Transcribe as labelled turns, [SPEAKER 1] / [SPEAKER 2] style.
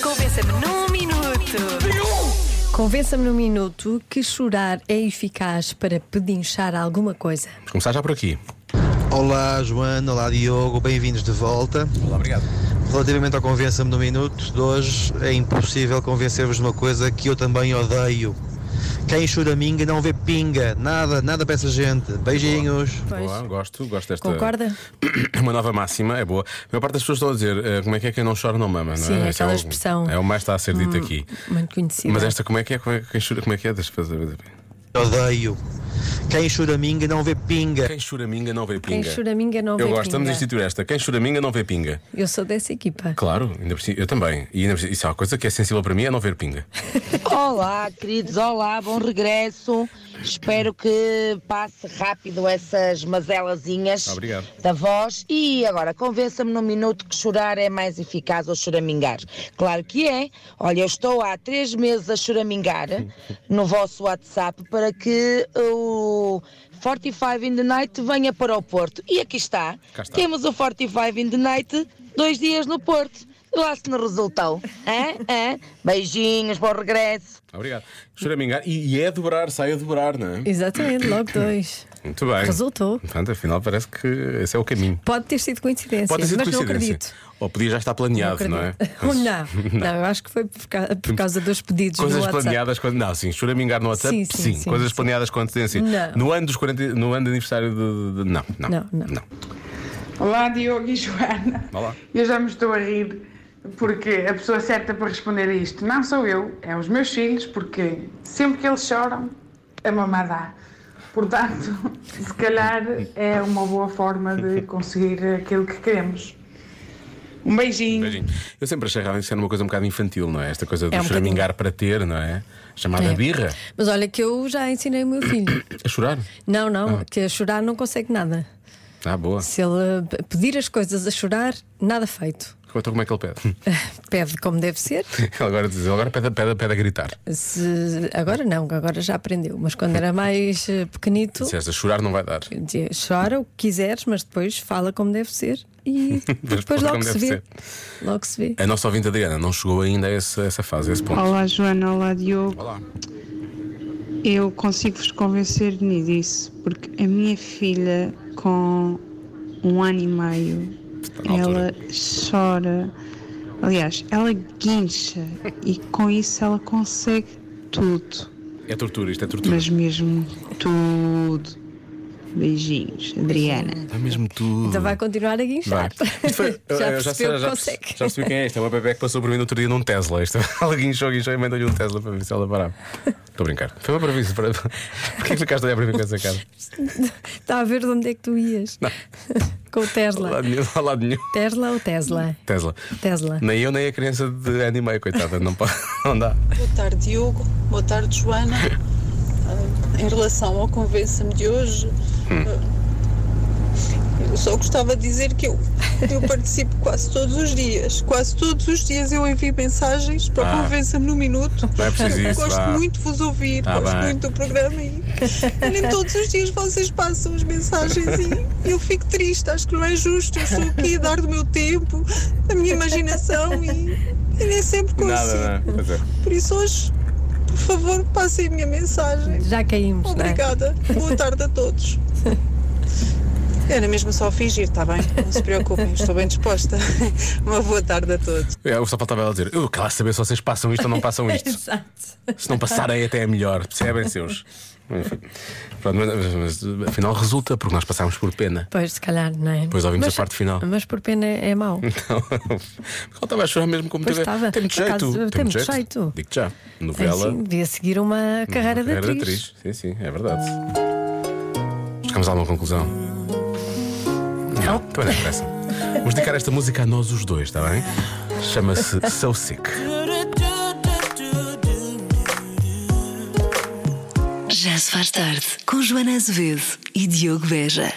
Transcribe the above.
[SPEAKER 1] Convença-me num minuto.
[SPEAKER 2] Convença-me num minuto que chorar é eficaz para pedinchar alguma coisa.
[SPEAKER 3] Vamos começar já por aqui.
[SPEAKER 4] Olá Joana, olá Diogo, bem-vindos de volta.
[SPEAKER 3] Olá, obrigado.
[SPEAKER 4] Relativamente ao Convença-me no Minuto de hoje, é impossível convencer-vos de uma coisa que eu também odeio. Quem chura minga não vê pinga, nada, nada para essa gente. Beijinhos.
[SPEAKER 2] Pois.
[SPEAKER 3] Boa, gosto, gosto desta.
[SPEAKER 2] Concorda?
[SPEAKER 3] É uma nova máxima, é boa. A maior parte das pessoas estão a dizer eh, como é que é quem não chora não mama,
[SPEAKER 2] Sim,
[SPEAKER 3] não é?
[SPEAKER 2] é
[SPEAKER 3] Esse é
[SPEAKER 2] aquela
[SPEAKER 3] o-
[SPEAKER 2] expressão. Hum.
[SPEAKER 3] É o mais que está a ser dito aqui.
[SPEAKER 2] Muito conhecida.
[SPEAKER 3] Mas esta como é que é? Como é, quem chura, como é que é? Deixa eu fazer.
[SPEAKER 4] Odeio. Quem chura minga não vê pinga.
[SPEAKER 3] Quem chura minga não vê
[SPEAKER 2] Quem
[SPEAKER 3] pinga.
[SPEAKER 2] choraminga não
[SPEAKER 3] é Eu
[SPEAKER 2] vê
[SPEAKER 3] gosto, estamos
[SPEAKER 2] pinga.
[SPEAKER 3] a instituir esta. Quem chura minga não vê pinga.
[SPEAKER 2] Eu sou dessa equipa.
[SPEAKER 3] Claro, ainda por cima- eu também. E ainda por cima- isso é uma coisa que é sensível para mim é não ver pinga.
[SPEAKER 5] Olá, queridos, olá, bom regresso. Espero que passe rápido essas mazelazinhas
[SPEAKER 3] Obrigado.
[SPEAKER 5] da voz. E agora, convença-me num minuto que chorar é mais eficaz ou choramingar. Claro que é. Olha, eu estou há três meses a choramingar no vosso WhatsApp para que o 45 in the Night venha para o Porto. E aqui está.
[SPEAKER 3] Cá está.
[SPEAKER 5] Temos o 45 in the Night dois dias no Porto. Lá se não resultou. Hã? Hã? Beijinhos, bom regresso.
[SPEAKER 3] Obrigado. Choramingar. E, e é dobrar, sai a dobrar, não é?
[SPEAKER 2] Exatamente, logo dois.
[SPEAKER 3] Muito bem.
[SPEAKER 2] Resultou.
[SPEAKER 3] Portanto, afinal parece que esse é o caminho.
[SPEAKER 2] Pode ter sido coincidência,
[SPEAKER 3] Pode ter sido
[SPEAKER 2] mas
[SPEAKER 3] coincidência. Ou podia já estar
[SPEAKER 2] não
[SPEAKER 3] planeado,
[SPEAKER 2] acredito.
[SPEAKER 3] não, é?
[SPEAKER 2] Ou não. não, eu acho que foi por ca- por causa, dos pedidos no
[SPEAKER 3] Coisas
[SPEAKER 2] WhatsApp.
[SPEAKER 3] planeadas quando. Não, sim, choramingar no WhatsApp,
[SPEAKER 2] Sim,
[SPEAKER 3] sim.
[SPEAKER 2] sim, sim,
[SPEAKER 3] Coisas
[SPEAKER 2] sim.
[SPEAKER 3] planeadas com antecedência.
[SPEAKER 2] Não.
[SPEAKER 3] No ano dos 40. No ano de aniversário de. de- Não, não.
[SPEAKER 2] Não, não.
[SPEAKER 6] Olá, Diogo e Joana.
[SPEAKER 3] Olá.
[SPEAKER 6] Eu já me estou a rir porque a pessoa certa para responder a isto não sou eu, é os meus filhos, porque sempre que eles choram, a mamá dá. Portanto, se calhar é uma boa forma de conseguir aquilo que queremos. Um beijinho.
[SPEAKER 3] Beijinho. Eu sempre achei realmente que era uma coisa um bocado infantil, não é? Esta coisa do
[SPEAKER 2] É um
[SPEAKER 3] choramingar para ter, não é? Chamada
[SPEAKER 2] É.
[SPEAKER 3] birra.
[SPEAKER 2] Mas olha que eu já ensinei o meu filho.
[SPEAKER 3] A chorar.
[SPEAKER 2] Não, não, que a chorar não consegue nada.
[SPEAKER 3] Ah, boa.
[SPEAKER 2] Se ele eh, pedir as coisas a chorar, nada feito.
[SPEAKER 3] Então como é que ele pede?
[SPEAKER 2] Pede como deve ser.
[SPEAKER 3] Ele agora diz, ele agora pede, pede, pede a gritar.
[SPEAKER 2] Se- agora não, agora já aprendeu. Mas quando era mais eh, pequenito,
[SPEAKER 3] Disseste, a chorar não vai dar.
[SPEAKER 2] eu dizia, chora o que quiseres, mas depois fala como deve ser e depois
[SPEAKER 3] pôr
[SPEAKER 2] logo
[SPEAKER 3] como
[SPEAKER 2] se
[SPEAKER 3] deve
[SPEAKER 2] vê. Logo se vê.
[SPEAKER 3] A nossa ouvinte Adriana não chegou ainda a esse- a essa fase, a esse ponto.
[SPEAKER 7] Olá Joana, olá Diogo.
[SPEAKER 3] Olá.
[SPEAKER 7] Eu consigo-vos convencer nisso, porque a minha filha com um ano e meio,
[SPEAKER 3] Tá na
[SPEAKER 7] ela chora, aliás, ela guincha e com isso ela consegue tudo,
[SPEAKER 3] É tortura, isto é tortura.
[SPEAKER 7] mas mesmo tudo. Beijinhos, Adriana.
[SPEAKER 3] É mesmo tudo.
[SPEAKER 2] Então vai continuar a
[SPEAKER 3] Vai.
[SPEAKER 2] guinchar.
[SPEAKER 3] Isto foi- eu-
[SPEAKER 2] já
[SPEAKER 3] eu já, sei-
[SPEAKER 2] percebeu
[SPEAKER 3] já,
[SPEAKER 2] que consegue.
[SPEAKER 3] já percebi quem é esta. É uma bebé que passou por mim no outro dia num Tesla. Isto, é ela guinchou, guinchou e mandou-lhe um Tesla para ver se ela parava. Estou a brincar. Foi uma previsão. Para... Porquê que ficaste a olhar para mim com essa cara?
[SPEAKER 2] Está a ver de onde é que tu ias. Com o
[SPEAKER 3] Não há
[SPEAKER 2] Tesla.
[SPEAKER 3] nenhum. não há lado nenhum.
[SPEAKER 2] Tesla ou Tesla?
[SPEAKER 3] Tesla.
[SPEAKER 2] Tesla.
[SPEAKER 3] Nem eu, nem a criança de ano e meio, coitada. Não, pode, não dá.
[SPEAKER 8] Boa tarde, Diogo. Boa tarde, Joana. Ah, Em relação ao Convença-me de hoje,
[SPEAKER 3] Hum.
[SPEAKER 8] ah, eu só gostava de dizer que eu, eu participo quase todos os dias. Quase todos os dias eu envio mensagens para o
[SPEAKER 3] Ah.
[SPEAKER 8] Convença-me no Minuto.
[SPEAKER 3] Não é preciso isso.
[SPEAKER 8] gosto
[SPEAKER 3] vá.
[SPEAKER 8] muito de vos ouvir,
[SPEAKER 3] Ah,
[SPEAKER 8] gosto
[SPEAKER 3] bem.
[SPEAKER 8] muito do programa e nem todos os dias vocês passam as mensagens e eu fico triste, acho que não é justo. Eu estou aqui a dar do meu tempo, da minha imaginação e, e nem sempre consigo.
[SPEAKER 3] Nada, não é? Pois é.
[SPEAKER 8] Por isso hoje, por favor, passem a minha mensagem.
[SPEAKER 2] Já caímos, não é?
[SPEAKER 8] Obrigada. Boa tarde a todos. Era mesmo só fingir, está bem? Não se preocupem, estou bem disposta. Uma boa tarde a todos.
[SPEAKER 3] É, só faltava ela dizer: Eu quero lá saber se vocês passam isto ou não passam isto.
[SPEAKER 2] Exato.
[SPEAKER 3] Se não passarem, até é melhor. Percebem, seus? Enfim. Pronto, mas, mas, mas, afinal resulta, porque nós passámos por pena.
[SPEAKER 2] Pois, se calhar, não é?
[SPEAKER 3] Depois ouvimos a parte final.
[SPEAKER 2] Mas por pena é mau.
[SPEAKER 3] Então, ele estava a chorar mesmo como
[SPEAKER 2] Pois
[SPEAKER 3] teve.
[SPEAKER 2] estava.
[SPEAKER 3] Tem muito
[SPEAKER 2] Por
[SPEAKER 3] jeito.
[SPEAKER 2] acaso, tem muito jeito.
[SPEAKER 3] Digo já.
[SPEAKER 2] Ela...
[SPEAKER 3] Novela.
[SPEAKER 2] Sim, É assim, devia seguir uma carreira,
[SPEAKER 3] novela
[SPEAKER 2] de atriz.
[SPEAKER 3] Sim, sim, é verdade. Chegamos a uma conclusão. Não, também não interessa. Vamos dedicar esta música a nós os dois, está bem? Chama-se So Sick.
[SPEAKER 1] Já se faz tarde com Joana Azevedo e Diogo Beja.